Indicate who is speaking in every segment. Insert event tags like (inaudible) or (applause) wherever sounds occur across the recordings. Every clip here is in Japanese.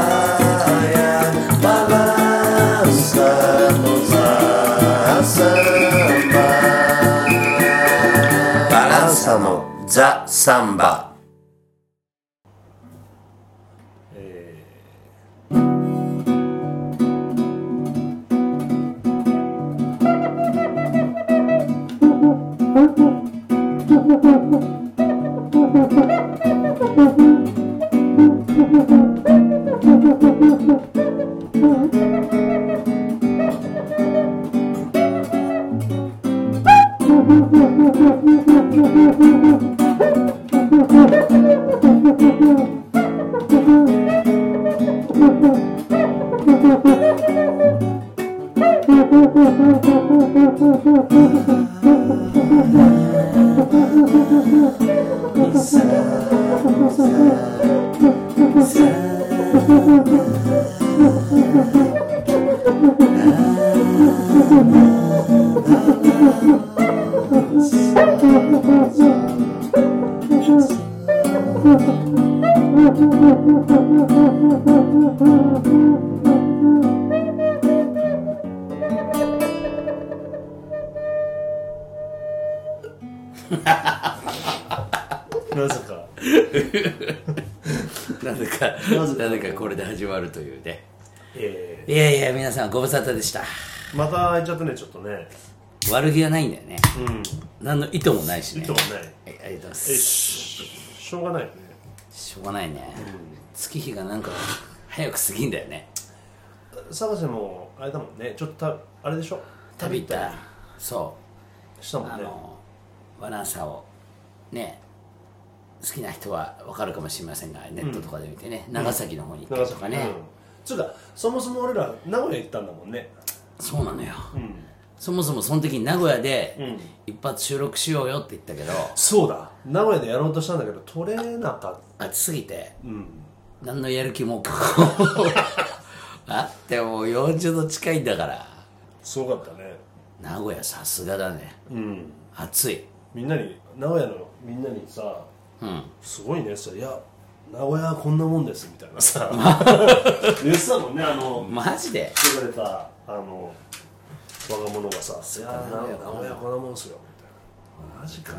Speaker 1: Praia, balançamos a samba. Balançamos the samba.
Speaker 2: なぜか
Speaker 3: なぜか
Speaker 2: なぜか
Speaker 3: なぜかこれで始まるというね
Speaker 2: え
Speaker 3: いやいや皆さんご無沙汰でした
Speaker 2: ー、また開いちゃったねちょっとね
Speaker 3: 悪気がないんだよね
Speaker 2: うん
Speaker 3: 何の意図もないしね
Speaker 2: 意図はない
Speaker 3: はいありがとうございま
Speaker 2: え
Speaker 3: す
Speaker 2: ししょうがないよね
Speaker 3: しょうがないね、月日がなんか早く過ぎんだよね
Speaker 2: 探せもあれだもんねちょっとたあれでしょ
Speaker 3: 旅行った
Speaker 2: り
Speaker 3: そ
Speaker 2: した
Speaker 3: う
Speaker 2: もん
Speaker 3: あ
Speaker 2: ね
Speaker 3: のバランサーをね好きな人は分かるかもしれませんがネットとかで見てね、長崎の方に行った
Speaker 2: 長
Speaker 3: りと
Speaker 2: 崎
Speaker 3: かね、
Speaker 2: うんつうかそもそも俺ら名古屋行ったんだもんね
Speaker 3: そうなのよ、
Speaker 2: うん
Speaker 3: そもそもその時に名古屋
Speaker 2: う
Speaker 3: で
Speaker 2: ん
Speaker 3: 一発収録しようよって言ったけど、
Speaker 2: そうだ名古屋でやろうとしたんだけど取れなかっ
Speaker 3: 暑すぎて
Speaker 2: たうん
Speaker 3: 何のやる気も
Speaker 2: (laughs)
Speaker 3: あってもう40度近いんだから
Speaker 2: すごかったね
Speaker 3: 名古屋さすがだね
Speaker 2: うん
Speaker 3: 暑い
Speaker 2: みんなに名古屋のみんなにさ
Speaker 3: うん
Speaker 2: すごいねさいや名古屋はこんなもんですみたいなさ (laughs) 言ってたもんねあの
Speaker 3: マジで
Speaker 2: 来てくれたあの若者がさ「いやー名
Speaker 3: 名古
Speaker 2: 古
Speaker 3: 屋
Speaker 2: 屋名古屋こんなもんすよ」みたいな「マジか」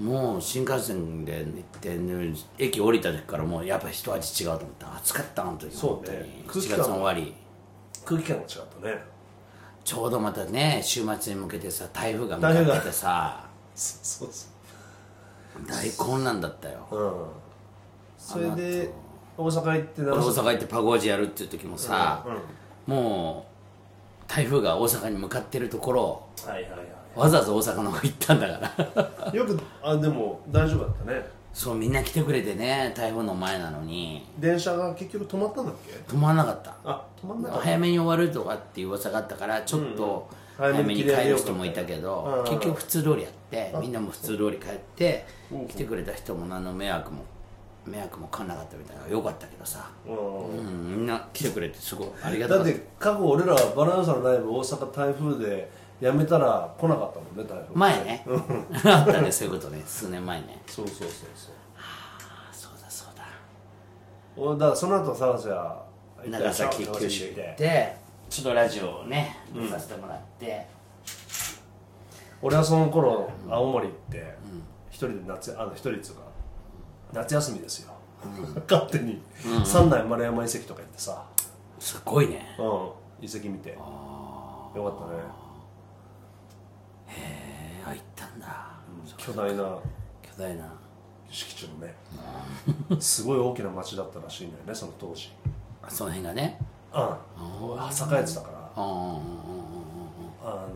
Speaker 3: もう新幹線で行って、ね駅降りた時からもうやっぱ一味違うと思った暑かったあの時
Speaker 2: そうね
Speaker 3: 本当
Speaker 2: 空
Speaker 3: に1
Speaker 2: 気
Speaker 3: 月
Speaker 2: 感
Speaker 3: の終わり
Speaker 2: 空気感が違ったね
Speaker 3: ちょうどまたね週末に向けてさ台風が向かっててさ
Speaker 2: そうそ
Speaker 3: 大混乱だったよ
Speaker 2: ううんそれで大阪行って
Speaker 3: 俺
Speaker 2: 大
Speaker 3: 大阪行ってパゴージやるっていう時もさ、もう台風が大阪に向かってるところを
Speaker 2: はいはいはい
Speaker 3: わざわざ大阪の方行ったんだから (laughs)
Speaker 2: よくあでも大丈夫だったね
Speaker 3: そうみんな来てくれてね台風の前なのに
Speaker 2: 電車が結局止まったんだっけ
Speaker 3: 止まらなかった
Speaker 2: あ止まんなかった
Speaker 3: 早めに終わるとかっていう噂があったからちょっと
Speaker 2: うんうん
Speaker 3: 早めに帰る人もいたけ
Speaker 2: 早め
Speaker 3: ど
Speaker 2: に帰れようかみたいなうん
Speaker 3: 結局普通通りやってみんなも普通通り帰って
Speaker 2: うん
Speaker 3: 来てくれた人も何の迷惑も迷惑もかんなかったみたいなよかったけどさ
Speaker 2: うん
Speaker 3: うんみんな来てくれてすごいありがた
Speaker 2: だ
Speaker 3: か
Speaker 2: っ
Speaker 3: った
Speaker 2: て過去俺らはバランサのライブ大阪台風でやめたら来なかったもんね台風
Speaker 3: 前ね (laughs) あったねそういうことね数年前ね
Speaker 2: そうそうそうそう
Speaker 3: あそうだそうだ
Speaker 2: 俺だからその後サラセは
Speaker 3: 長崎九州行ってちょっとラジオをね出させてもらって、
Speaker 2: 俺はその頃青森行って一、人で夏あの一人っつうか夏休みですよ、 (laughs) 勝手に、三内丸山遺跡とか行ってさ、
Speaker 3: すっごいね
Speaker 2: うん、遺跡見てよかったね
Speaker 3: えー、あ行ったんだ
Speaker 2: 巨大な
Speaker 3: 巨大な
Speaker 2: 敷地のねすごい大きな町だったらしいんだよねその当時
Speaker 3: その辺がね
Speaker 2: うん栄えてたから
Speaker 3: うんうんうん
Speaker 2: あのー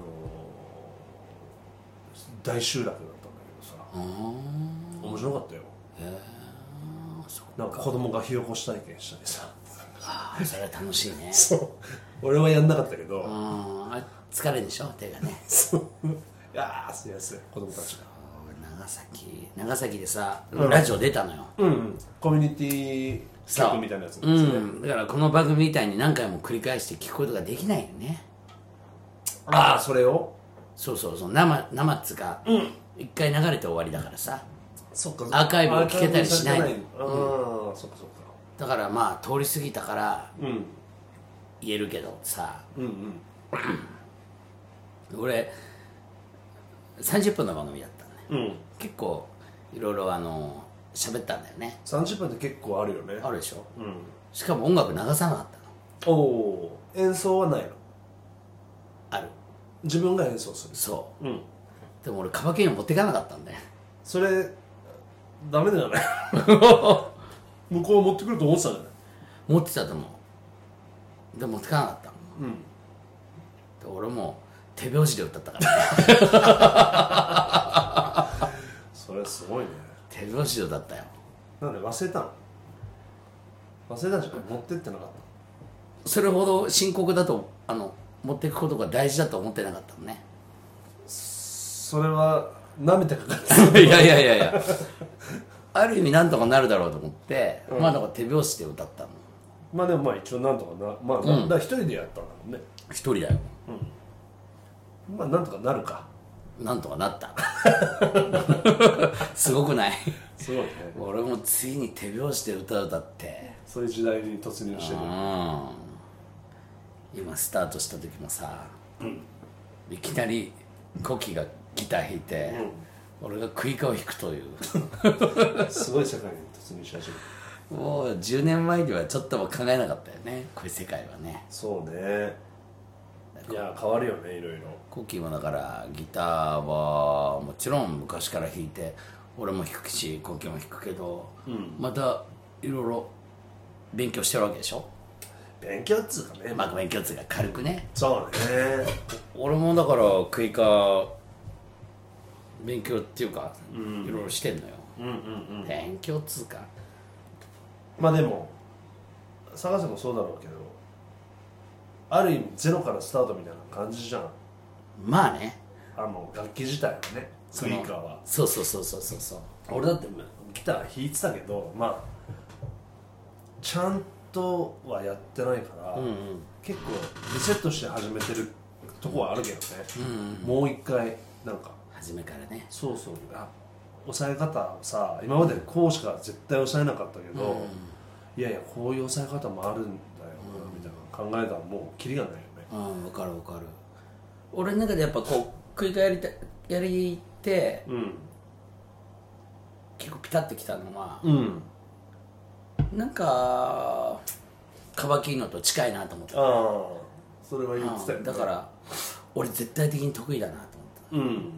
Speaker 2: 大集落だったんだけどさ面白かったよなんか子供が火起こし体験したりさ (laughs)
Speaker 3: あーそれは楽しいね
Speaker 2: そう俺はやんなかったけ
Speaker 3: う
Speaker 2: ど
Speaker 3: んあれ疲れるでしょ手がね
Speaker 2: (laughs) いやーすいません子供たちが
Speaker 3: 長崎長崎でさ、ラジオ出たのよ
Speaker 2: うんうんコミュニティ
Speaker 3: そう
Speaker 2: 局みたいなやつです
Speaker 3: う
Speaker 2: ね、
Speaker 3: んだからこの番組みたいに何回も繰り返して聞くことができないよね
Speaker 2: ああそれを
Speaker 3: そうそうそう生生っつうか一、回流れて終わりだからさ
Speaker 2: そっか
Speaker 3: アーカイブを聞けたりしない
Speaker 2: アーカイブされてないうん、そっかそっか
Speaker 3: だからまあ通り過ぎたから
Speaker 2: うん
Speaker 3: 言えるけどさ
Speaker 2: うんうん
Speaker 3: 俺30分の番組だったのね
Speaker 2: うん
Speaker 3: 結構いろいろあの喋ったんだよね
Speaker 2: 30分って結構あるよね
Speaker 3: あるでしょ
Speaker 2: うん
Speaker 3: しかも音楽流さなかったの
Speaker 2: おおー演奏はないの
Speaker 3: ある
Speaker 2: 自分が演奏する
Speaker 3: そ
Speaker 2: うん
Speaker 3: うでも俺カバケンを持っていかなかったんだよ
Speaker 2: それダメだ (laughs) よね向こう持ってくると思ってたじゃない
Speaker 3: 持ってたと思うでも持ってかなかったの
Speaker 2: うん
Speaker 3: で俺もう手拍子で歌ったから (laughs) ね
Speaker 2: それすごいね
Speaker 3: 手拍子で歌ったよ
Speaker 2: なんで忘れたの忘れたんじゃない持ってってなかっ
Speaker 3: それほど深刻だとあの持っていくことが大事だと思ってなかったのね
Speaker 2: たそれは舐めてかかって
Speaker 3: (laughs) いやいやいやいやある意味なんとかなるだろうと思って、まあだから手拍子で歌ったの
Speaker 2: まあでもまあ一応なんとかなまあ、だから一人でやったんだもんね
Speaker 3: 一人だよ
Speaker 2: まあなんとかなるか
Speaker 3: なんとかなった (laughs) すごくない
Speaker 2: すごいね
Speaker 3: 俺もついに手拍子で歌う歌って
Speaker 2: そういう時代に突入してる
Speaker 3: うん今スタートした時もさ、いきなりコキがギター弾いて、俺がクイカを弾くという
Speaker 2: すごい世界に突入し始める
Speaker 3: もう10年前にはちょっとも考えなかったよねこういう世界はね
Speaker 2: そうねいや変わるよねいろいろ
Speaker 3: コキもだからギターはもちろん昔から弾いて俺も弾くしコキも弾くけど、またいろいろ勉強してるわけでしょ
Speaker 2: 勉強っつうかね、
Speaker 3: まあ勉強っつうか軽くね
Speaker 2: そうね
Speaker 3: 俺もだからクイカ勉強っていうか、いろいろしてんのよ、
Speaker 2: うんうんうん
Speaker 3: 勉強っつうか
Speaker 2: まあでも探せもそうだろうけどある意味ゼロからスタートみたいな感じじゃん
Speaker 3: まあね
Speaker 2: あの楽器自体はねスイカは
Speaker 3: そうそうそうそうそうそう
Speaker 2: 俺だってギター弾いてたけどまあちゃんとはやってないから、結構リセットして始めてるとこはあるけどね、もう一回なんか
Speaker 3: 初めからね
Speaker 2: そうそうあ抑え方をさ今までこうしか絶対抑えなかったけど、いやいやこういう抑え方もあるんだよな、みたいな考えたらもうキリがないよね
Speaker 3: うんわかるわかる俺の中でやっぱこうクイカやりたやりて
Speaker 2: うん
Speaker 3: 結構ピタッときたのは、
Speaker 2: うん
Speaker 3: なんかカバキーノと近いなと思って
Speaker 2: ああそれは言ってたよ、
Speaker 3: た
Speaker 2: ね、
Speaker 3: だから俺絶対的に得意だなと思っ
Speaker 2: うん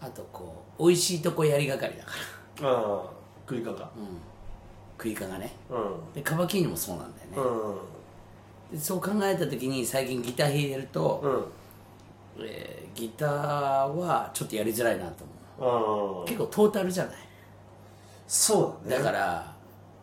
Speaker 3: たあとこう美味しいとこやりがかりだから (laughs)
Speaker 2: ああ食いかか
Speaker 3: クイカがね
Speaker 2: う
Speaker 3: でカバキーノもそうなんだよね、
Speaker 2: んうん
Speaker 3: でそう考えた時に最近ギター弾いてると、
Speaker 2: うん
Speaker 3: えーギターはちょっとやりづらいなと思
Speaker 2: あ
Speaker 3: う
Speaker 2: あ
Speaker 3: 結構トータルじゃない
Speaker 2: そうだね
Speaker 3: だから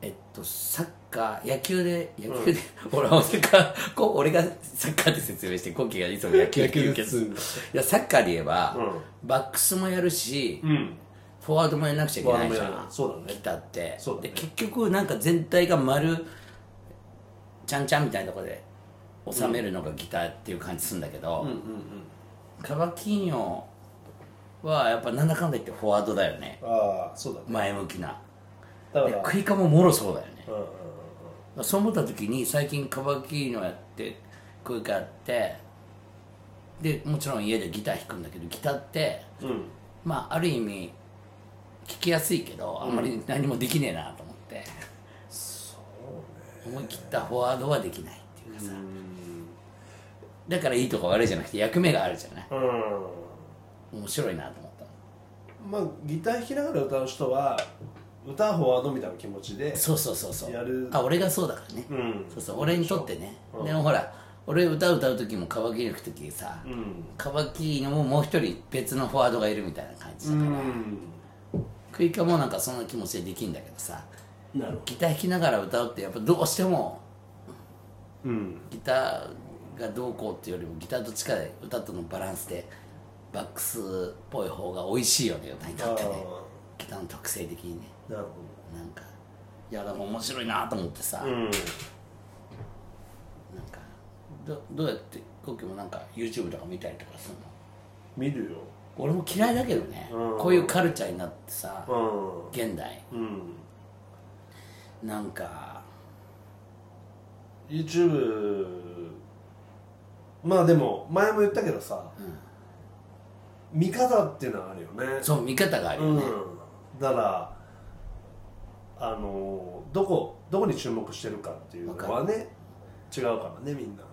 Speaker 3: えっとサッカー野球で野球で、 (laughs) 俺は俺がこう俺がサッカーで説
Speaker 2: (laughs)
Speaker 3: 明してコキがいつも野球って言うけど
Speaker 2: 野球
Speaker 3: いやサッカーで言えば、
Speaker 2: う
Speaker 3: バックスもやるし、
Speaker 2: うん
Speaker 3: フォワードもやらなくちゃいけない
Speaker 2: フ
Speaker 3: じ
Speaker 2: ォワードもやら
Speaker 3: ゃ
Speaker 2: なんいそうだね
Speaker 3: ギターって
Speaker 2: そうだね
Speaker 3: で結局なんか全体が丸ちゃんちゃんみたいなところで収めるのがギターっていう感じするんだけど、カバキーニョはやっぱなんだかんだ言ってフォワードだよね
Speaker 2: ああそうだね
Speaker 3: 前向きな
Speaker 2: だか
Speaker 3: で
Speaker 2: ら
Speaker 3: クイカももろそうだよね
Speaker 2: うんうんうん
Speaker 3: そう思った時に最近カバキーノやってクイカやってでもちろん家でギター弾くんだけどギターって
Speaker 2: うん
Speaker 3: まあある意味聞きやすいけどあんまり何もできねえなと思って、思い切ったフォワードはできないっていうかさだからいいとか悪いじゃなくて役目があるじゃない面白いなと思ったの
Speaker 2: まあギター弾きながら歌う人は歌うフォワードみたいな気持ちで
Speaker 3: そうそうそうそう
Speaker 2: やる
Speaker 3: あ俺がそうだからね、
Speaker 2: ん
Speaker 3: そうそう俺にとってね、でもほら俺歌歌う時もカバキーノ行く時さ、カバキーノももう一人別のフォワードがいるみたいな感じだから、
Speaker 2: うん
Speaker 3: クイカもなんかそんな気持ちでできんだけどさ
Speaker 2: なるほ
Speaker 3: ギター弾きながら歌うってやっぱどうしても
Speaker 2: どうん
Speaker 3: ギターがどうこうっていうよりもギターと力で歌とのバランスでバックスっぽい方が美味しいよね歌にとってねギターの特性的にね
Speaker 2: なる
Speaker 3: なんかいやでも面白いなと思ってさ、
Speaker 2: ほどうん
Speaker 3: なんかどどうやってコウキもなんか YouTube とか見たりとかするの
Speaker 2: 見るよ
Speaker 3: 俺も嫌いだけどね、こういうカルチャーになってさ、
Speaker 2: う
Speaker 3: 現代
Speaker 2: んうん
Speaker 3: なんか
Speaker 2: YouTube まあでも前も言ったけどさ、見方っていうのはあるよね
Speaker 3: そう見方があるよ
Speaker 2: うん
Speaker 3: ね、
Speaker 2: だからあのどこどこに注目してるかっていうのはね違うからねみんな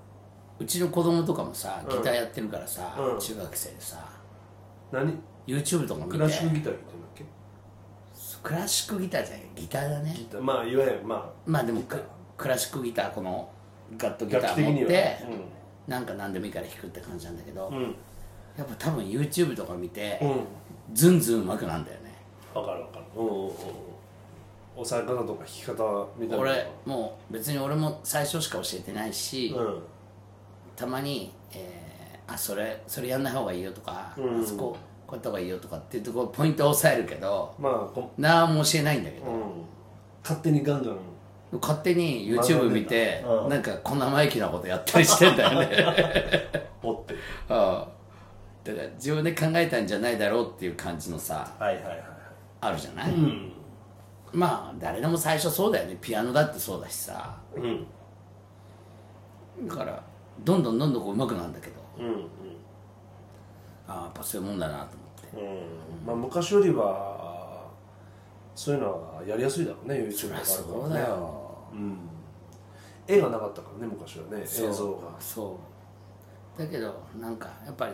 Speaker 3: うちの子供とかもさ
Speaker 2: うん
Speaker 3: ギターやってるからさ、
Speaker 2: うん
Speaker 3: 中学生でさ
Speaker 2: 何
Speaker 3: YouTube とか見て
Speaker 2: クラシックギター弾いてるんだっけ
Speaker 3: クラシックギターじゃないギターだね
Speaker 2: ギターまあいわゆるま
Speaker 3: まあでも
Speaker 2: ギター
Speaker 3: ククラシックギターこのガット
Speaker 2: あ
Speaker 3: ギタ
Speaker 2: 楽器的
Speaker 3: ー
Speaker 2: に
Speaker 3: 持っ
Speaker 2: は
Speaker 3: て、なんか何でもいいから弾くって感じなんだけど、
Speaker 2: うん、うん
Speaker 3: やっぱ多分 YouTube とか見て、
Speaker 2: うん
Speaker 3: ずんずん上手くなんだよね
Speaker 2: わかるわかるうんうんうんうん押さえ方とか弾き方みたいな
Speaker 3: 俺もう別に俺も最初しか教えてないし、
Speaker 2: うん
Speaker 3: たまに、えーあそれそれやんない方がいいよとか、
Speaker 2: うん
Speaker 3: あそここうやった方がいいよとかっていうところポイントを押さえるけど
Speaker 2: まあこ、
Speaker 3: 何も教えないんだけ
Speaker 2: う
Speaker 3: ど、
Speaker 2: ん、勝手にガンガン
Speaker 3: 勝手に YouTube 見
Speaker 2: 学んで
Speaker 3: て、
Speaker 2: んだうん
Speaker 3: なんかこんな生意気なことやったりしてんだ
Speaker 2: (laughs)
Speaker 3: よね、
Speaker 2: 追って
Speaker 3: うん、だから自分で考えたんじゃないだろうっていう感じのさ
Speaker 2: はいはいはいはい
Speaker 3: あるじゃない、
Speaker 2: うん
Speaker 3: まあ誰でも最初そうだよねピアノだってそうだしさ
Speaker 2: うん
Speaker 3: だからどんどんどんどんこう上手くなるんだけど
Speaker 2: うんうん
Speaker 3: ああやっぱそういうもんだなと思って
Speaker 2: うんまあ昔よりはそういうのはやりやすいだろうね YouTube とかあるからね
Speaker 3: そうだよ
Speaker 2: うん絵がなかったからね昔はね映像が
Speaker 3: そうだけどなんかやっぱり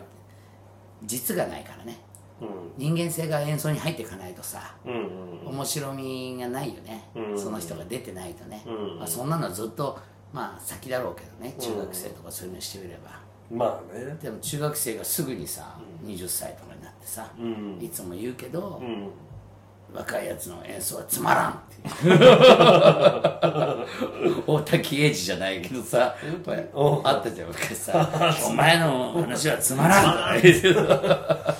Speaker 3: 実がないからね
Speaker 2: うん
Speaker 3: 人間性が演奏に入っていかないとさ
Speaker 2: うんうん
Speaker 3: 面白みがないよね、
Speaker 2: うん
Speaker 3: その人が出てないとね、
Speaker 2: うん
Speaker 3: まあ、そんなのはずっとまあ先だろうけどね中学生とかそういうのしてみれば、
Speaker 2: まあね
Speaker 3: でも中学生がすぐにさ20歳とかになってさ、
Speaker 2: ん
Speaker 3: いつも言うけど、
Speaker 2: うん
Speaker 3: 若いやつの演奏はつまらんっ
Speaker 2: (laughs)
Speaker 3: ていう大滝英二じゃないけどさやっぱり
Speaker 2: お
Speaker 3: あったじゃん
Speaker 2: (laughs)
Speaker 3: 昔さ「お前の話はつまらん」とか言うけどうんなんか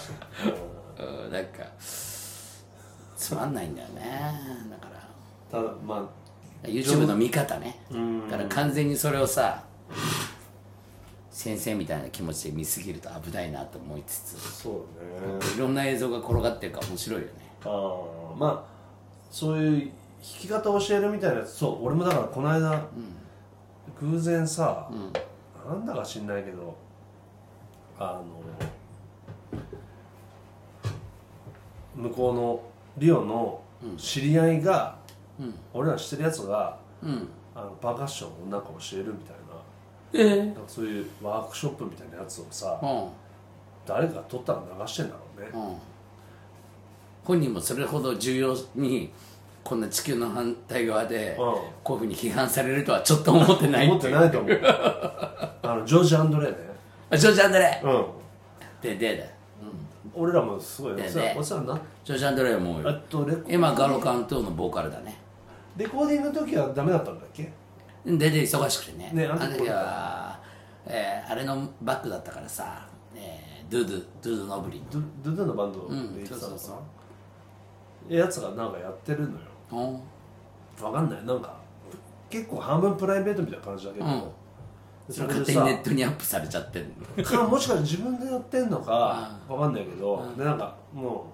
Speaker 3: つまんないんだよねだから
Speaker 2: ただまあ
Speaker 3: YouTube の見方ねだから完全にそれをさ先生みたいな気持ちで見すぎると危ないなと思いつつ
Speaker 2: そうだね
Speaker 3: いろんな映像が転がってるから面白いよね
Speaker 2: ああまあそういう弾き方を教えるみたいなやつそう俺もだからこの間、偶然さ、なんだか知んないけどあの向こうのリオの知り合いが、俺ら知ってるやつが
Speaker 3: うん
Speaker 2: あのパーカッションをなんか教えるみたい
Speaker 3: ええ
Speaker 2: ななんかそういうワークショップみたいなやつをさ、
Speaker 3: うん
Speaker 2: 誰かが撮ったら流してんだろうね、
Speaker 3: うん、本人もそれほど重要にこんな地球の反対側で
Speaker 2: うん
Speaker 3: こういうふうに批判されるとはちょっと思ってない
Speaker 2: 思ってないと
Speaker 3: (laughs)
Speaker 2: 思うあのジョージ・アンドレね
Speaker 3: あジョージ・アンドレ
Speaker 2: うん
Speaker 3: ででだ
Speaker 2: 俺らもすごいお
Speaker 3: ね
Speaker 2: 世話
Speaker 3: ね
Speaker 2: お世話になっ
Speaker 3: ジョージ・アンドレはも
Speaker 2: あ
Speaker 3: う
Speaker 2: とレコ
Speaker 3: 今ガロカントのボーカルだね
Speaker 2: レコーディングの時はダメだったんだっけ
Speaker 3: でで忙しくてね
Speaker 2: ね
Speaker 3: あ
Speaker 2: あの
Speaker 3: の
Speaker 2: 時
Speaker 3: 時は、えーあれのバックだったからさ、えードゥドゥドゥドゥノブリ
Speaker 2: ドゥドゥドゥのバンドで
Speaker 3: うん
Speaker 2: 行ってた
Speaker 3: そう
Speaker 2: の
Speaker 3: そう
Speaker 2: か
Speaker 3: そ
Speaker 2: なやつがなんかやってるのよ
Speaker 3: の
Speaker 2: わかんないなんか結構半分プライベートみたいな感じだけど、
Speaker 3: うんうんそれ勝手にネットにアップされちゃってる
Speaker 2: かもしかして自分でやってんのかわかんないけど、でなんかも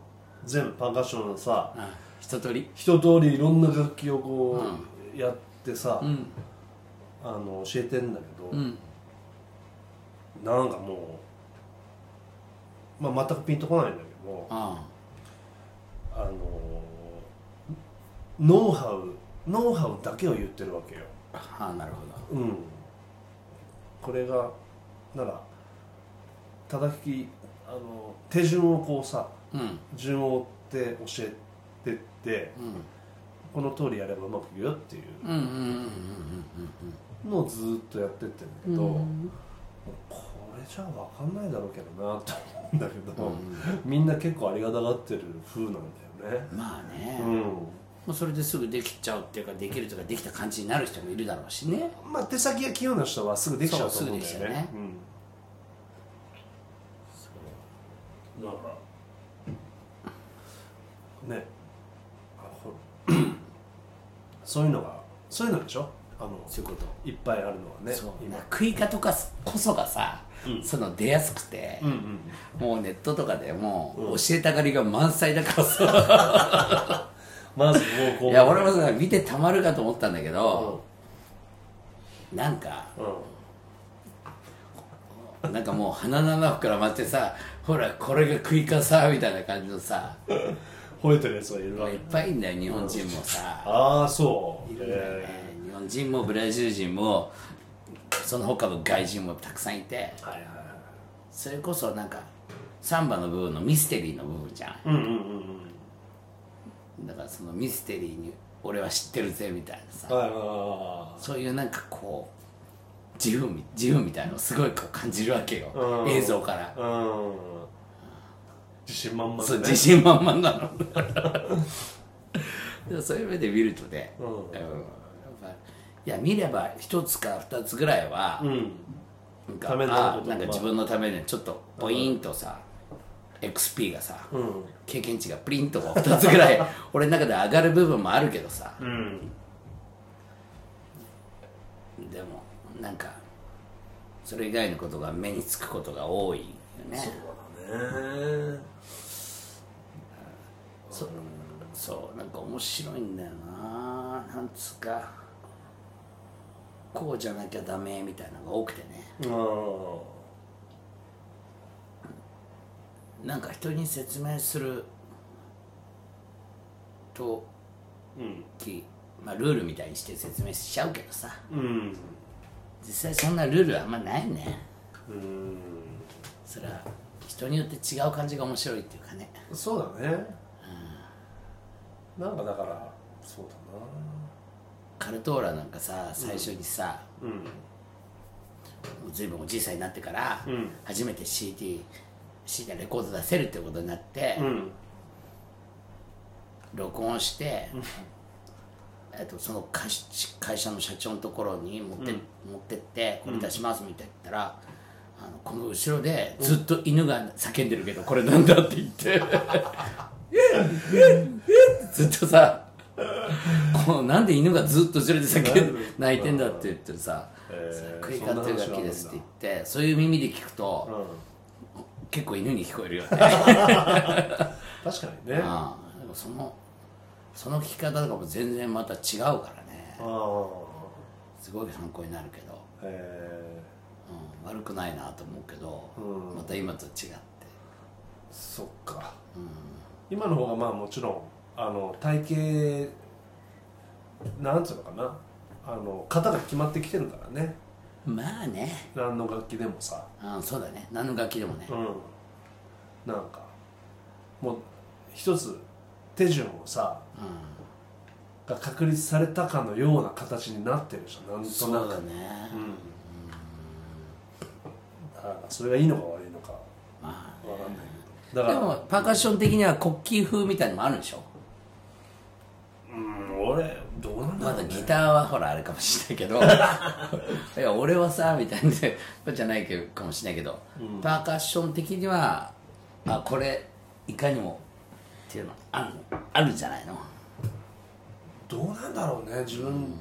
Speaker 2: う全部パーカッションのさ、
Speaker 3: うん一通り
Speaker 2: 一通りいろんな楽器をこう、やってさ、
Speaker 3: うん
Speaker 2: あの教えてんだけど、
Speaker 3: うん
Speaker 2: なんかもう、まあ、全くピンとこないんだけども
Speaker 3: あ
Speaker 2: あのーノウハウノウハウだけを言ってるわけよ、
Speaker 3: あああなるほど
Speaker 2: うん、これがなら叩きあの手順をこうさ
Speaker 3: うん
Speaker 2: 順を追って教えてって
Speaker 3: うん
Speaker 2: この通りやればうまくいくよってい
Speaker 3: うんうんうん
Speaker 2: うのをずーっとやってってんだけ
Speaker 3: うんうんうん
Speaker 2: ど、
Speaker 3: うん
Speaker 2: これじゃ分かんないだろうけどなと思うんだけど、みんな結構ありがたがってる風なんだよね
Speaker 3: まあね、
Speaker 2: う
Speaker 3: も
Speaker 2: ん
Speaker 3: うそれですぐできちゃうっていうかできるとかできた感じになる人もいるだろうしね
Speaker 2: まあ手先が器用な人はすぐできちゃうと
Speaker 3: そう
Speaker 2: 思うんだ
Speaker 3: す
Speaker 2: よ
Speaker 3: ぐできち
Speaker 2: ね
Speaker 3: ゃうね
Speaker 2: うんだからねあほ (clears throat) らそういうのがそういうのでしょあの
Speaker 3: そういうこと
Speaker 2: いっぱいあるのはね
Speaker 3: そう
Speaker 2: 今
Speaker 3: 食い方とかこそがさ、その出やすくて、
Speaker 2: うんうん
Speaker 3: もうネットとかでもう教えたがりが満載だからさ、
Speaker 2: まずこうこう
Speaker 3: いや俺もさ見てたまるかと思ったんだけど、なんか
Speaker 2: うん
Speaker 3: なんかもう鼻の穴膨らまってさほらこれが食いかさみたいな感じのさ
Speaker 2: 吠えてるやつがいるわ
Speaker 3: い
Speaker 2: け
Speaker 3: っぱいいんだよ日本人もさ、
Speaker 2: ああそうえ
Speaker 3: えー日本人もブラジル人もその他の外人もたくさんいて
Speaker 2: ーはいはいはい
Speaker 3: それこそなんかサンバの部分のミステリーの部分じゃん
Speaker 2: うんうんうんうん
Speaker 3: だからそのミステリーに俺は知ってるぜみたいなさ
Speaker 2: はいはいは
Speaker 3: そういうなんかこう自由み自由みたいのをすごいこう感じるわけよ、
Speaker 2: うん
Speaker 3: 映像から、
Speaker 2: いはいうん自信満々
Speaker 3: そう
Speaker 2: だね
Speaker 3: 自信満々な
Speaker 2: (laughs)
Speaker 3: のでもそういう目で見るとね、
Speaker 2: うん
Speaker 3: やっぱいや見れば一つか二つぐらいは、
Speaker 2: うん
Speaker 3: なん
Speaker 2: た
Speaker 3: か
Speaker 2: めになる
Speaker 3: あ
Speaker 2: こと
Speaker 3: なんか
Speaker 2: まあ
Speaker 3: 自分のためにちょっとポインとさ、XP がさ、
Speaker 2: うん
Speaker 3: 経験値がプリンとこう2つぐらい俺の中で上がる部分もあるけどさ
Speaker 2: うん
Speaker 3: でもなんかそれ以外のことが目につくことが多いよね
Speaker 2: そうだね
Speaker 3: そうそうなんか面白いんだよななんつうかこうじゃなきゃダメみたいなのが多くてね
Speaker 2: うん
Speaker 3: なんか人に説明すると
Speaker 2: うん
Speaker 3: き、まあ、ルールみたいにして説明しちゃうけどさ
Speaker 2: うん
Speaker 3: 実際そんなルールあんまないね
Speaker 2: うん
Speaker 3: それは人によって違う感じが面白いっていうかね
Speaker 2: そうだね、なんかだからそうだな
Speaker 3: カルトーラなんかさ最初にさ、
Speaker 2: うん
Speaker 3: もう随分おじいさんになってから、
Speaker 2: ん
Speaker 3: 初めて CD, CD レコード出せるってことになって、
Speaker 2: うん
Speaker 3: 録音して、えっと、その会社会社の社長のところに持って,、持ってってこれ出しますみたいな言ったら、あのこの後ろでずっと犬が叫んでるけどこれなんだって言って「えっえっえっ」ずっとさこのなんで犬がずっと後ろで叫んで泣いてんだって言ってさ「
Speaker 2: へえ
Speaker 3: それ繰り返ってるだけです」って言ってそういう耳で聞く
Speaker 2: う
Speaker 3: と
Speaker 2: ん
Speaker 3: 結構犬に聞こえるよね。
Speaker 2: 確かにねあ
Speaker 3: ああでもそのその聞き方とかも全然また違うからね
Speaker 2: あ
Speaker 3: すごい参考になるけど、
Speaker 2: え
Speaker 3: うん、悪くないなと思うけど、
Speaker 2: うん
Speaker 3: また今と違って
Speaker 2: ー、そっか、今の方がまあもちろんあの体型なんつうのかなあの型が決まってきてるからね
Speaker 3: まあね、
Speaker 2: 何の楽器でもさ
Speaker 3: うん、そうだね何の楽器でもね、
Speaker 2: うんなんかもう一つ手順をさ
Speaker 3: うん、
Speaker 2: が確立されたかのような形になってるじゃんなんと
Speaker 3: そう
Speaker 2: なく
Speaker 3: だね、
Speaker 2: うんだからそれがいいのか悪いのか
Speaker 3: ま
Speaker 2: わかんないけどだ
Speaker 3: あで
Speaker 2: から
Speaker 3: もパーカッション的には国旗風みたいのもあるんでしょ
Speaker 2: うん俺どうなんだ
Speaker 3: ま
Speaker 2: ろう、
Speaker 3: だ
Speaker 2: ね、
Speaker 3: ギターはほらあれかもしれないけ
Speaker 2: (laughs)
Speaker 3: どいや俺はさみたいなじゃないけどかもしれないけど、パーカッション的にはあこれいかにもっていうのあるのあるんじゃないの
Speaker 2: どうなんだろうね自分、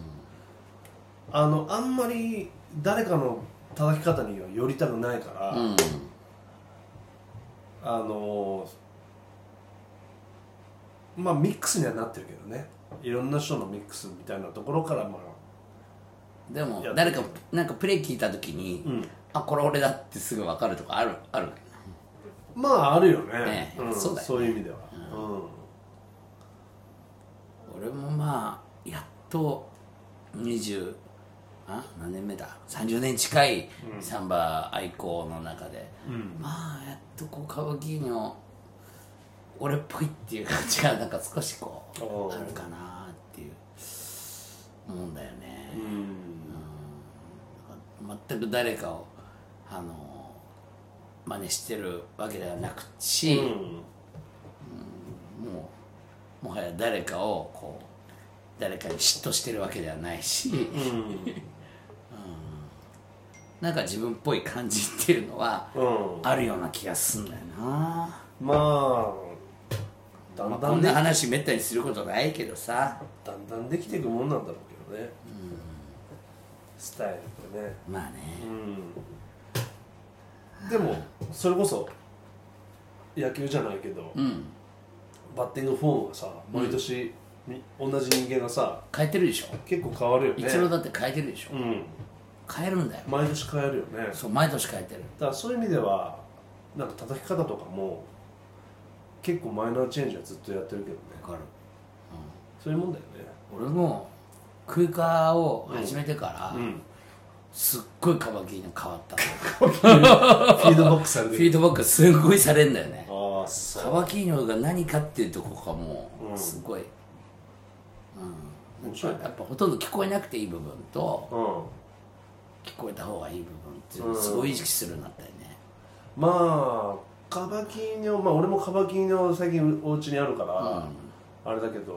Speaker 2: あのあんまり誰かの叩き方には寄りたくないから、
Speaker 3: うん
Speaker 2: あのーまあミックスにはなってるけどねいろんな人のミックスみたいなところからまあ
Speaker 3: でも
Speaker 2: いや
Speaker 3: 誰かなんかプレイ聞いた時に、
Speaker 2: ん
Speaker 3: あこれ俺だってすぐ分かるとかあるある
Speaker 2: まああるよね
Speaker 3: ねえ
Speaker 2: ん、
Speaker 3: そうだよね
Speaker 2: いう意味では、うん
Speaker 3: 俺もまあやっと20あ何年目だ30年近いサンバ愛好の中で、まあやっとこうカワキの俺っぽいっていう感じがなんか少しこ
Speaker 2: お
Speaker 3: う
Speaker 2: ー
Speaker 3: あるかなっていう思うんだよね、うん全く誰かをあの真似してるわけではなくし、
Speaker 2: うん
Speaker 3: もうもはや誰かをこう誰かに嫉妬してるわけではないし、なんか自分っぽい感じっていうのは
Speaker 2: うん
Speaker 3: あるような気がすんだよな、
Speaker 2: まあだ
Speaker 3: まあ
Speaker 2: んだ
Speaker 3: こん
Speaker 2: ん
Speaker 3: な
Speaker 2: ね
Speaker 3: 話めったにすることないけどさ
Speaker 2: だんだんできていくもんなんだろうけどね、スタイルってね
Speaker 3: まあね
Speaker 2: うんでもそれこそ野球じゃないけど、
Speaker 3: うん
Speaker 2: バッティングフォームがさ毎年、み同じ人間がさ
Speaker 3: 変えてるでしょ
Speaker 2: 結構変わるよね
Speaker 3: 一郎だって変えてるでしょ、
Speaker 2: うん
Speaker 3: 変えるんだよ
Speaker 2: 毎年変えるよね
Speaker 3: そう毎年変えてる
Speaker 2: だからそういう意味ではなんか叩き方とかも結構マイナーチェンジはずっとやってるけどね
Speaker 3: わかる
Speaker 2: そういうもんだよね
Speaker 3: 俺もクイカを始めてから、
Speaker 2: ん
Speaker 3: すっごいカバキリの変わった
Speaker 2: (laughs) フィードバックされ
Speaker 3: フ
Speaker 2: て
Speaker 3: ィー
Speaker 2: る
Speaker 3: ドバックすごいされんだよね
Speaker 2: ああそう
Speaker 3: カバキーノが何かっていうとこがも
Speaker 2: うん
Speaker 3: うすごい、
Speaker 2: 面白いね
Speaker 3: やっぱほとんど聞こえなくていい部分と
Speaker 2: うん
Speaker 3: 聞こえた方がいい部分っていうのをすごい意識するようになったよね、
Speaker 2: まあカバキーニョまあ俺もカバキーニョ最近お家にあるから、あれだけど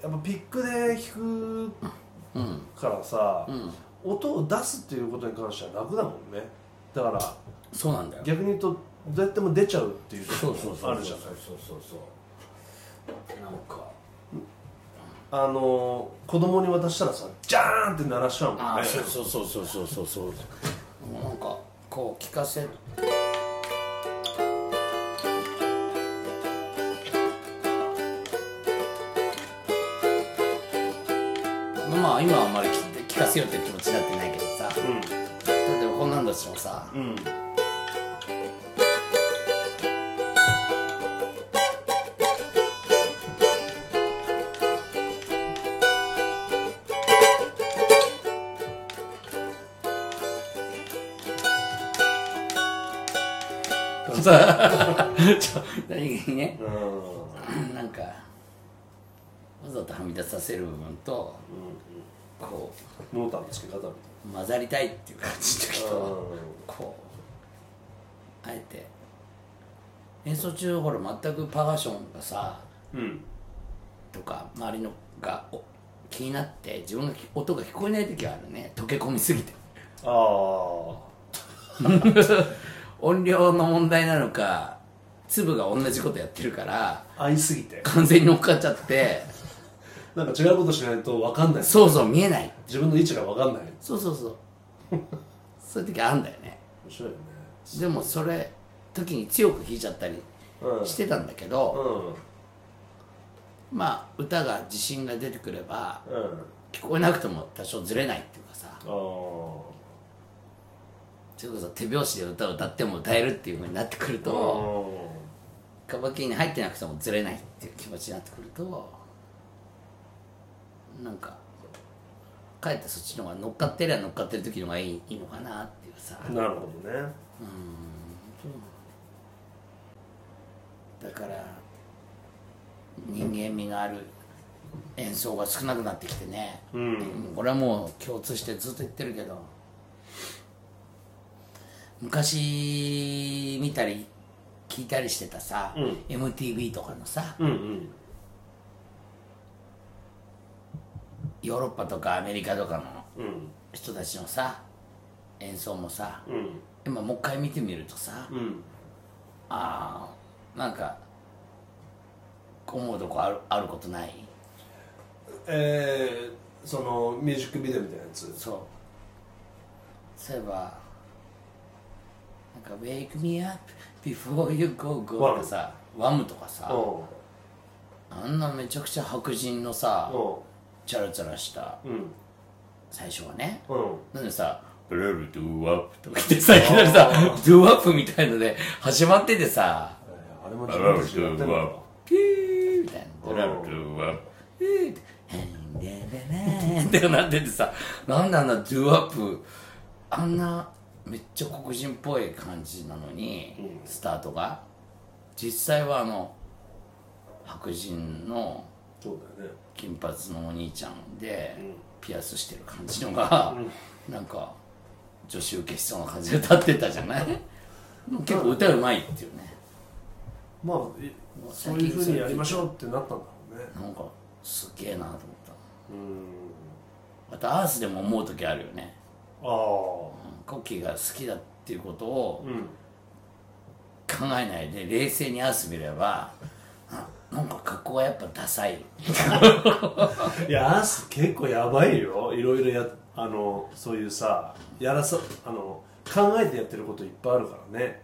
Speaker 2: やっぱピックで弾くからさ、音を出すっていうことに関しては楽だもんねだから
Speaker 3: そうなんだよ
Speaker 2: 逆に言うとどうやっても出ちゃうっていう
Speaker 3: そうそうそう
Speaker 2: あるじゃない
Speaker 3: そうそうそうなんか
Speaker 2: あのー子供に渡したらさジャーンって鳴らしちゃうもんね
Speaker 3: ああそうそうそうそうそうそうそうなんかこう聞かせるまあ今はあんまり聞いて聞かせようって気持ちになってないけどさ、例えばこんなんだとしてもさ、
Speaker 2: うんうん
Speaker 3: さちょ何気にね
Speaker 2: うん
Speaker 3: なんかわざとはみ出させる部分と、こ
Speaker 2: 濃淡のつけ方みたいう
Speaker 3: 混ざりたいっていう感じの時
Speaker 2: な
Speaker 3: と、こうあえて演奏中ほら全くパーションがさ
Speaker 2: うん
Speaker 3: とか周りのがお気になって自分がき音が聞こえない時はあるね溶け込みすぎて (laughs)
Speaker 2: ああ
Speaker 3: 音量の問題なのか粒が同じことやってるから
Speaker 2: 合いすぎて
Speaker 3: 完全に乗っかっちゃって
Speaker 2: なんか違うことしないと分かんない
Speaker 3: そうそう見えない
Speaker 2: 自分の位置が分かんない面
Speaker 3: そうそうそう (laughs) そういう時あるんだよね
Speaker 2: 白いよね
Speaker 3: でもそれ時に強く弾いちゃったり
Speaker 2: うん
Speaker 3: してたんだけ
Speaker 2: う
Speaker 3: ど、
Speaker 2: ん
Speaker 3: まあ歌が自信が出てくれば
Speaker 2: うん
Speaker 3: 聞こえなくても多少ずれないっていうかさ
Speaker 2: ああ
Speaker 3: それこそ手拍子で歌を歌っても歌えるっていうふうになってくるとカバキリに入ってなくてもずれないっていう気持ちになってくるとなんかかえってそっちの方が乗っかってりゃ乗っかってる時の方がいいいいのかなっていうさ
Speaker 2: うんなるほどね
Speaker 3: だから人間味がある演奏が少なくなってきてね、
Speaker 2: うん
Speaker 3: これはもう共通してずっと言ってるけど昔見たり聞いたりしてたさ、MTV とかのさ
Speaker 2: うんうん
Speaker 3: ヨーロッパとかアメリカとか
Speaker 2: う
Speaker 3: の
Speaker 2: ん
Speaker 3: 人たちのさ演奏もさ
Speaker 2: うん
Speaker 3: 今もう一回見てみるとさ、
Speaker 2: うん
Speaker 3: ああなんか思うとこあるあることない
Speaker 2: えー、そのミュージックビデオみたいなやつ
Speaker 3: そうそういえばなんか「Wake me up before you go go」とかさワムとかさ
Speaker 2: うん
Speaker 3: あんなめちゃくちゃ白人のさ
Speaker 2: う
Speaker 3: チャラチャラした
Speaker 2: んうん
Speaker 3: 最初はね
Speaker 2: うん
Speaker 3: なんでさ「ブルブルドゥアップ」とか言ってさいきなりさ「ドゥアップ」みたいので始まっててさ
Speaker 2: あれも自分たちでやってんのか
Speaker 3: 「ピー」みたいな「ド
Speaker 2: ん
Speaker 3: ゥアップ」「ピー」って「ででね」ってなっててさなんであんなドゥアップあんなめっちゃ黒人っぽい感じなのに、スタートが実際はあの白人の
Speaker 2: そうだよね
Speaker 3: 金髪のお兄ちゃんで、ピアスしてる感じのが、なんか女子受けしそうな感じで歌ってたじゃない結構歌うまいっていうね
Speaker 2: まあえそういうふうにやりましょうってなったんだろうね
Speaker 3: なんかすげえなと思った
Speaker 2: うん
Speaker 3: またアースでも思う時あるよね
Speaker 2: ああ
Speaker 3: コッキーが好きだっていうことを
Speaker 2: うん
Speaker 3: 考えないで冷静にアース見ればあなんか格好はやっぱダサい
Speaker 2: いやアース結構やばいよいろいろやあのそういうさやらさあの考えてやってることいっぱいあるからね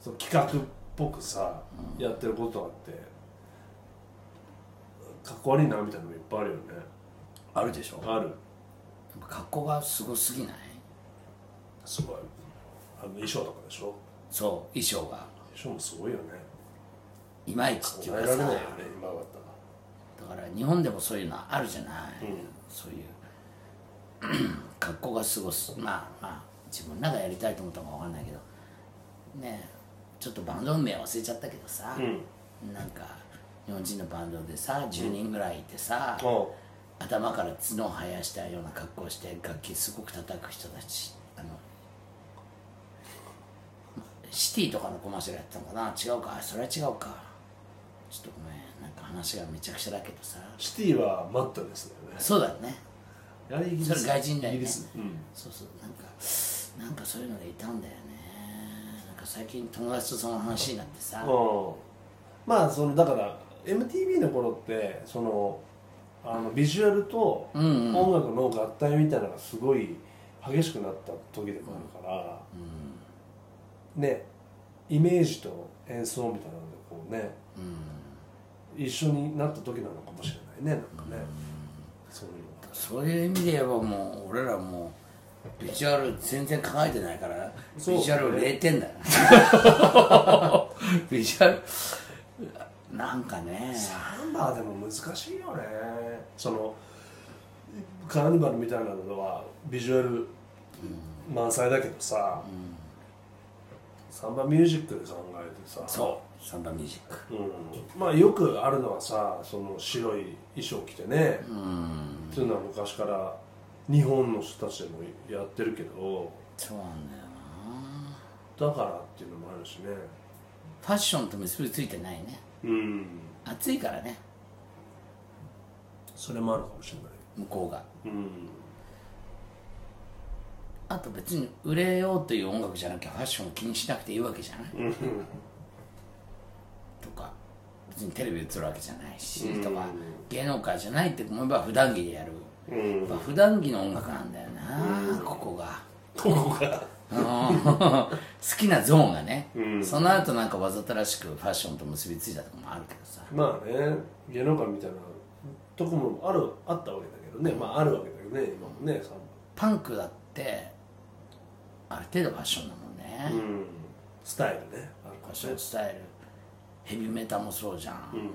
Speaker 2: そう企画っぽくさ、やってることあってかっこ悪いなみたいなのもいっぱいあるよね
Speaker 3: あるでしょ
Speaker 2: ある
Speaker 3: 格好がすごすぎない
Speaker 2: すごいあの衣装とかでしょ
Speaker 3: そう衣装が
Speaker 2: 衣装もすごいよね
Speaker 3: いまいちってい
Speaker 2: 考
Speaker 3: う
Speaker 2: え
Speaker 3: から
Speaker 2: れな
Speaker 3: さ
Speaker 2: いよね
Speaker 3: だ
Speaker 2: 今だったら
Speaker 3: から日本でもそういうのあるじゃない、
Speaker 2: うん
Speaker 3: そういう (clears throat) 格好がすごすまあまあ自分らがやりたいと思ったのかわかんないけどねえちょっとバンドの名忘れちゃったけどさ、なんか日本人のバンドでさ10人ぐらいいてさ、
Speaker 2: お
Speaker 3: 頭から角を生やしたような格好をして楽器すごく叩く人たちあのシティとかのコマーシャルやってたのかな違うかそれは違うかちょっとごめんなんか話がめちゃくちゃだけどさ
Speaker 2: シティはマットですよね
Speaker 3: そうだよね
Speaker 2: あれイギリ
Speaker 3: そ
Speaker 2: ス
Speaker 3: れ外人だよね
Speaker 2: イギリスうん
Speaker 3: そうそうなんかなんかそういうのがいたんだよねなんか最近友達とその話になってさ
Speaker 2: うんまあそのだから MTV の頃ってそのあのビジュアルと
Speaker 3: うんうん
Speaker 2: 音楽の合体みたいなのがすごい激しくなった時でもあるから、ねイメージと演奏みたいなのでこうね一緒になった時なのかもしれないねなんかね、そういうの
Speaker 3: そういう意味で言えばもう俺らもうビジュアル全然考えてないから
Speaker 2: そう
Speaker 3: ビジュアル0点
Speaker 2: (laughs)
Speaker 3: だよビジュアルなんかね
Speaker 2: サンバーでも難しいよねそのカーニバルみたいなのはビジュアル満載だけどさ、サンバミュージックで考えてさ
Speaker 3: そうサンバミュージック
Speaker 2: うん、まあよくあるのはさその白い衣装着てね、っていうのは昔から日本の人たちでもやってるけど
Speaker 3: そうなんだよな
Speaker 2: だからっていうのもあるしね
Speaker 3: ファッションと結びついてないね
Speaker 2: うん
Speaker 3: 暑いからね
Speaker 2: それもあるかもし
Speaker 3: 向こうが
Speaker 2: れないうん
Speaker 3: あと別に売れようという音楽じゃなきゃファッションを気にしなくていいわけじゃないとか別にテレビ映るわけじゃないしとか芸能界じゃないって思えば普段着でやるやっぱ普段着の音楽なんだよなここが
Speaker 2: ここが
Speaker 3: あの (laughs) 好きなゾーンがね
Speaker 2: うん
Speaker 3: その後なんかわざとらしくファッションと結びついたとこもあるけどさ
Speaker 2: まあね芸能界みたいなとこもあるあったわけだけどねまああるわけだけどね今もねサン
Speaker 3: パンクだってある程度ファッションだもん
Speaker 2: バ
Speaker 3: ね
Speaker 2: んスタイルねあるか
Speaker 3: ファ
Speaker 2: も
Speaker 3: ッ
Speaker 2: し
Speaker 3: シ
Speaker 2: れ
Speaker 3: ョン
Speaker 2: ない
Speaker 3: スタイルヘビメタもそうじゃん
Speaker 2: うん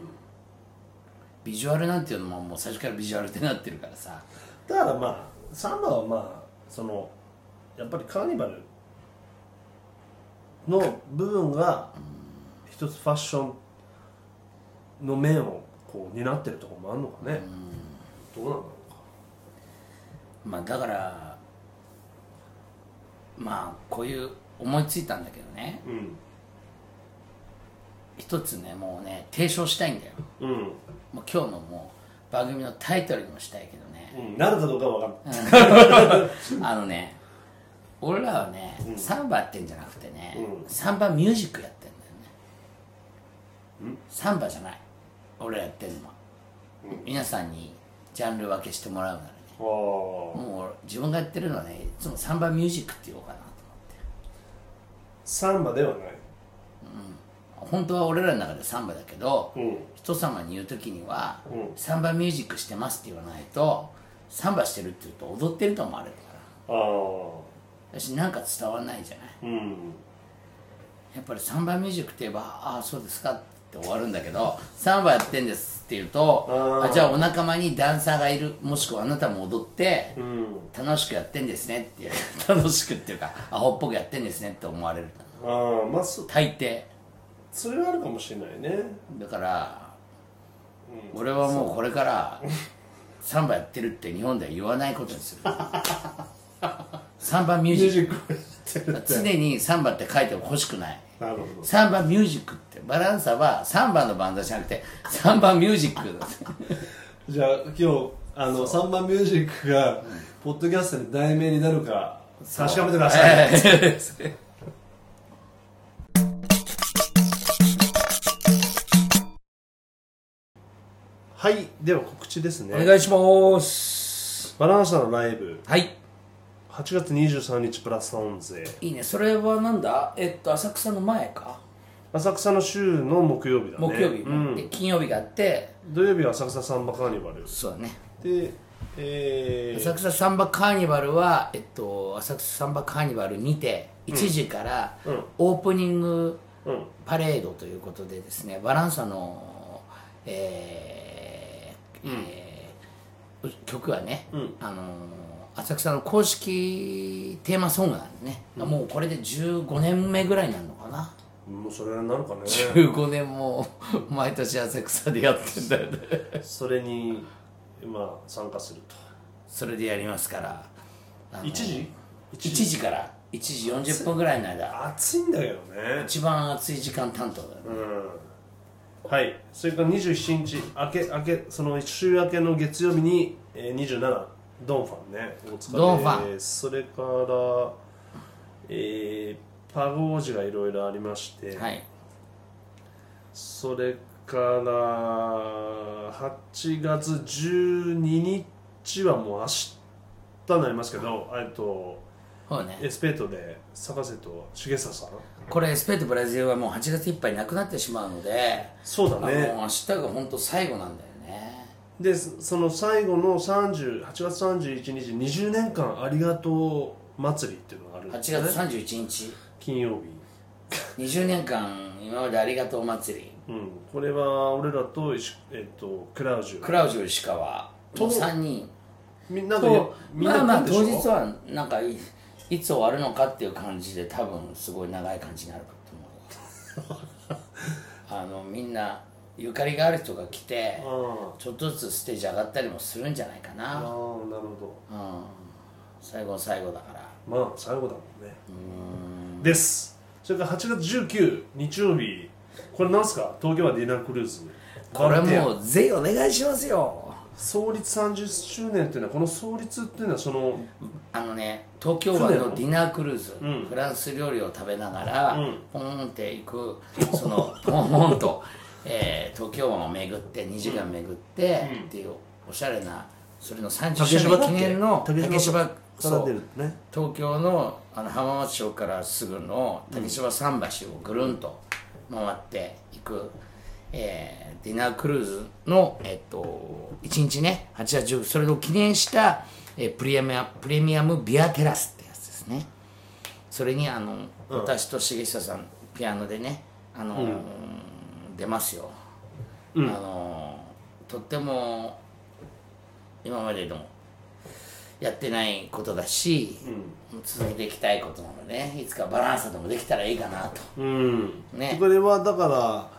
Speaker 3: ビジュアルなんていうのももう最初からビジュアルってなってるからさ
Speaker 2: だからまあサンバはまあそのやっぱりカーニバルの部分が一つファッションの面をこう担ってるところもあるのかね、どうなんだろうか
Speaker 3: まあだからまあこういう思いついたんだけどね
Speaker 2: うん
Speaker 3: 一つねもうね提唱したいんだよ
Speaker 2: うん、
Speaker 3: もう今日のもう番組のタイトルにもしたいけどね、
Speaker 2: うん、なるかどうかは分かんない、
Speaker 3: あのね俺らはね、サンバやってんじゃなくてね、
Speaker 2: うん
Speaker 3: サンバミュージックやってんだよねサンバじゃない俺らやってんのは、皆さんにジャンル分けしてもらうならね
Speaker 2: ああ
Speaker 3: もう自分がやってるのはねいつもサンバミュージックって言おうかなと
Speaker 2: サンバではない
Speaker 3: 思って本当は俺らの中でサンバだけど、
Speaker 2: うん
Speaker 3: 人様に言う時には、
Speaker 2: うん
Speaker 3: サンバミュージックしてますって言わないとサンバしてるって言うと踊ってると思われるから
Speaker 2: ああ
Speaker 3: 私なんか伝わんないじゃない
Speaker 2: うん
Speaker 3: やっぱりサンバミュージックって言えば「ああそうですか」って終わるんだけど「サンバやってんです」って言うと
Speaker 2: あ
Speaker 3: あじゃあお仲間にダンサーがいるもしくはあなたも踊って
Speaker 2: うん
Speaker 3: 楽しくやってんですねっていう楽しくっていうかアホっぽくやってんですねって思われる
Speaker 2: ああまあそ
Speaker 3: 大抵
Speaker 2: それはあるかもしれないね
Speaker 3: だから、俺はもうこれからサンバやってるって日本では言わないことに
Speaker 2: (laughs)
Speaker 3: するサンバミュー
Speaker 2: ミ
Speaker 3: ジ
Speaker 2: ュー
Speaker 3: ッ
Speaker 2: ジ
Speaker 3: ク
Speaker 2: ックをやってるって
Speaker 3: 常にサンバって書いてほしくない
Speaker 2: なるほど
Speaker 3: サンバミュージックってバランサはサンバのバンドじゃなくてサンバミュージックだって
Speaker 2: じゃあ今日あの3番ミュージックがポッドキャストに題名になるか確かめてください、
Speaker 3: え
Speaker 2: (laughs)
Speaker 3: え
Speaker 2: はいでは告知ですね
Speaker 3: お願いします
Speaker 2: バランサのライブ
Speaker 3: はい
Speaker 2: 8月23日プラスオン勢
Speaker 3: いいねそれはなんだえっと浅草の前か
Speaker 2: 浅草の週の木曜日だね
Speaker 3: 木曜日、
Speaker 2: うん
Speaker 3: で金曜日があって
Speaker 2: 土曜日は浅草サンバカーニバル
Speaker 3: そうだね
Speaker 2: でえー
Speaker 3: 浅草サンバカーニバルは、えっと、浅草サンバカーニバルにて1時から
Speaker 2: うん
Speaker 3: オープニング
Speaker 2: うん
Speaker 3: パレードということでですねバランサの、えーえー曲はね、
Speaker 2: うん
Speaker 3: あのー浅草の公式テーマソングなんでね、もうこれで15年目ぐらいになるのかな、
Speaker 2: もうそれなのかね
Speaker 3: 15年も毎年浅草でやってんだよね
Speaker 2: それにまあ参加すると
Speaker 3: それでやりますからあの
Speaker 2: 1時
Speaker 3: 1時から1時40分ぐらいの間
Speaker 2: 暑いんだけどね
Speaker 3: 一番暑い時間担当だよね
Speaker 2: うんはいそれから27日明け明けその週明けの月曜日に、えー、27ドンファンね大塚で
Speaker 3: ドンファ
Speaker 2: ンそれから、えー、パグ王子がいろいろありまして、
Speaker 3: はい
Speaker 2: それから8月12日はもう明日になりますけどえっと
Speaker 3: そうね
Speaker 2: エスペートで坂瀬と重久さん
Speaker 3: これエスペートブラジルはもう8月いっぱいなくなってしまうので
Speaker 2: そうだね
Speaker 3: あの明日が本当最後なんだよね
Speaker 2: でそその最後の30 8月31日20年間ありがとう祭りっていうのがあるん
Speaker 3: 8
Speaker 2: で
Speaker 3: 月
Speaker 2: すよね
Speaker 3: 31日
Speaker 2: 金曜
Speaker 3: 20年間今までありがとう祭り
Speaker 2: 日、うん、これは俺らと,、えっとクラウジ
Speaker 3: ク
Speaker 2: ュ
Speaker 3: ラウジュ石川の3人
Speaker 2: みんなで
Speaker 3: と
Speaker 2: みんな
Speaker 3: まあまあ
Speaker 2: 来る
Speaker 3: 当
Speaker 2: でしょ
Speaker 3: 日はなんかいいつ終わるのかっていう感じで多分すごい長い感じになる
Speaker 2: (laughs)
Speaker 3: と思うあのみんなゆかりがある人が来て
Speaker 2: あ
Speaker 3: ちょっとずつステージ上がったりもするんじゃないか
Speaker 2: あああな
Speaker 3: な、
Speaker 2: るほ
Speaker 3: うん、最後の最後だから
Speaker 2: どまあ最後だもんねですそれから8月19日曜日これなんすか東京はディナークルーズ
Speaker 3: これ
Speaker 2: バンテア
Speaker 3: もうぜひお願いしますよ
Speaker 2: 創立30周年っていうのはこの創立っていうのはその
Speaker 3: あのね東京湾のディナークルーズ、
Speaker 2: うん
Speaker 3: フランス料理を食べながら、
Speaker 2: うん
Speaker 3: ポーンって行くそのポーンと、 (laughs) えー東京湾を巡って2時間巡って、
Speaker 2: うん
Speaker 3: っていうおしゃれなそれの30周年記念の竹芝そう
Speaker 2: ね
Speaker 3: 東京のあの浜松町からすぐの竹芝桟橋をぐるんと回っていく、えーディナークルーズの、えっと1日ね8月10それを記念した、えープレミアプレミアムビアテラスってやつですねそれにあの、私と重久さんピアノでねあのー、出ますよ、あのーとっても今までのやってないことだし、続けていきたいことなので、ね、いつかバランスでもできたらいいかなと
Speaker 2: うん、
Speaker 3: ね
Speaker 2: これはだから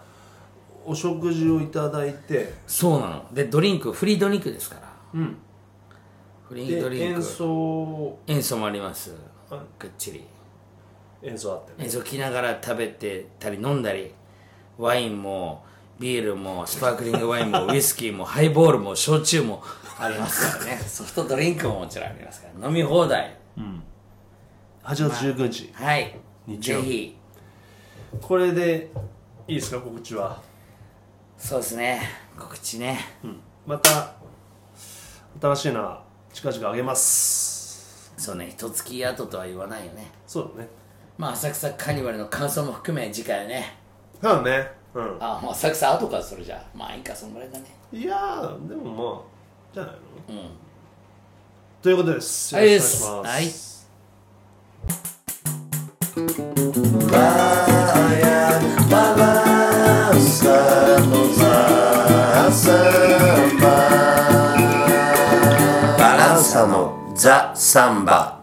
Speaker 2: お食事をいただいて、
Speaker 3: そうなのでドリンクフリードリンクですから
Speaker 2: うん、
Speaker 3: フリード
Speaker 2: で
Speaker 3: リンク
Speaker 2: 演奏
Speaker 3: 演奏もあります
Speaker 2: あ
Speaker 3: ぐっちり
Speaker 2: 演奏あってね
Speaker 3: 演奏聴きながら食べてたり飲んだりワインもビールもスパークリングワインもウイスキーもハイボールも焼酎もありますからね (laughs) ソフトドリンクももちろんありますから飲み放題
Speaker 2: 8月19日、
Speaker 3: はい
Speaker 2: 日
Speaker 3: ぜ
Speaker 2: 曜日
Speaker 3: ひ
Speaker 2: これでいいですか告知は、
Speaker 3: そうですね告知ね
Speaker 2: うん、また新しいな近々あげます
Speaker 3: そうね一月後とは言わないよね
Speaker 2: そうだね
Speaker 3: まあ浅草カニバルの感想も含め次回ね
Speaker 2: そうだねうん
Speaker 3: あもう浅草後からそれじゃあまあいいかそんぐらいだね
Speaker 2: いやーでもまあじゃないの、ということです
Speaker 3: はい
Speaker 2: よろしくお願いします、
Speaker 1: Praia, balança-nos a samba. Balança-nos a samba.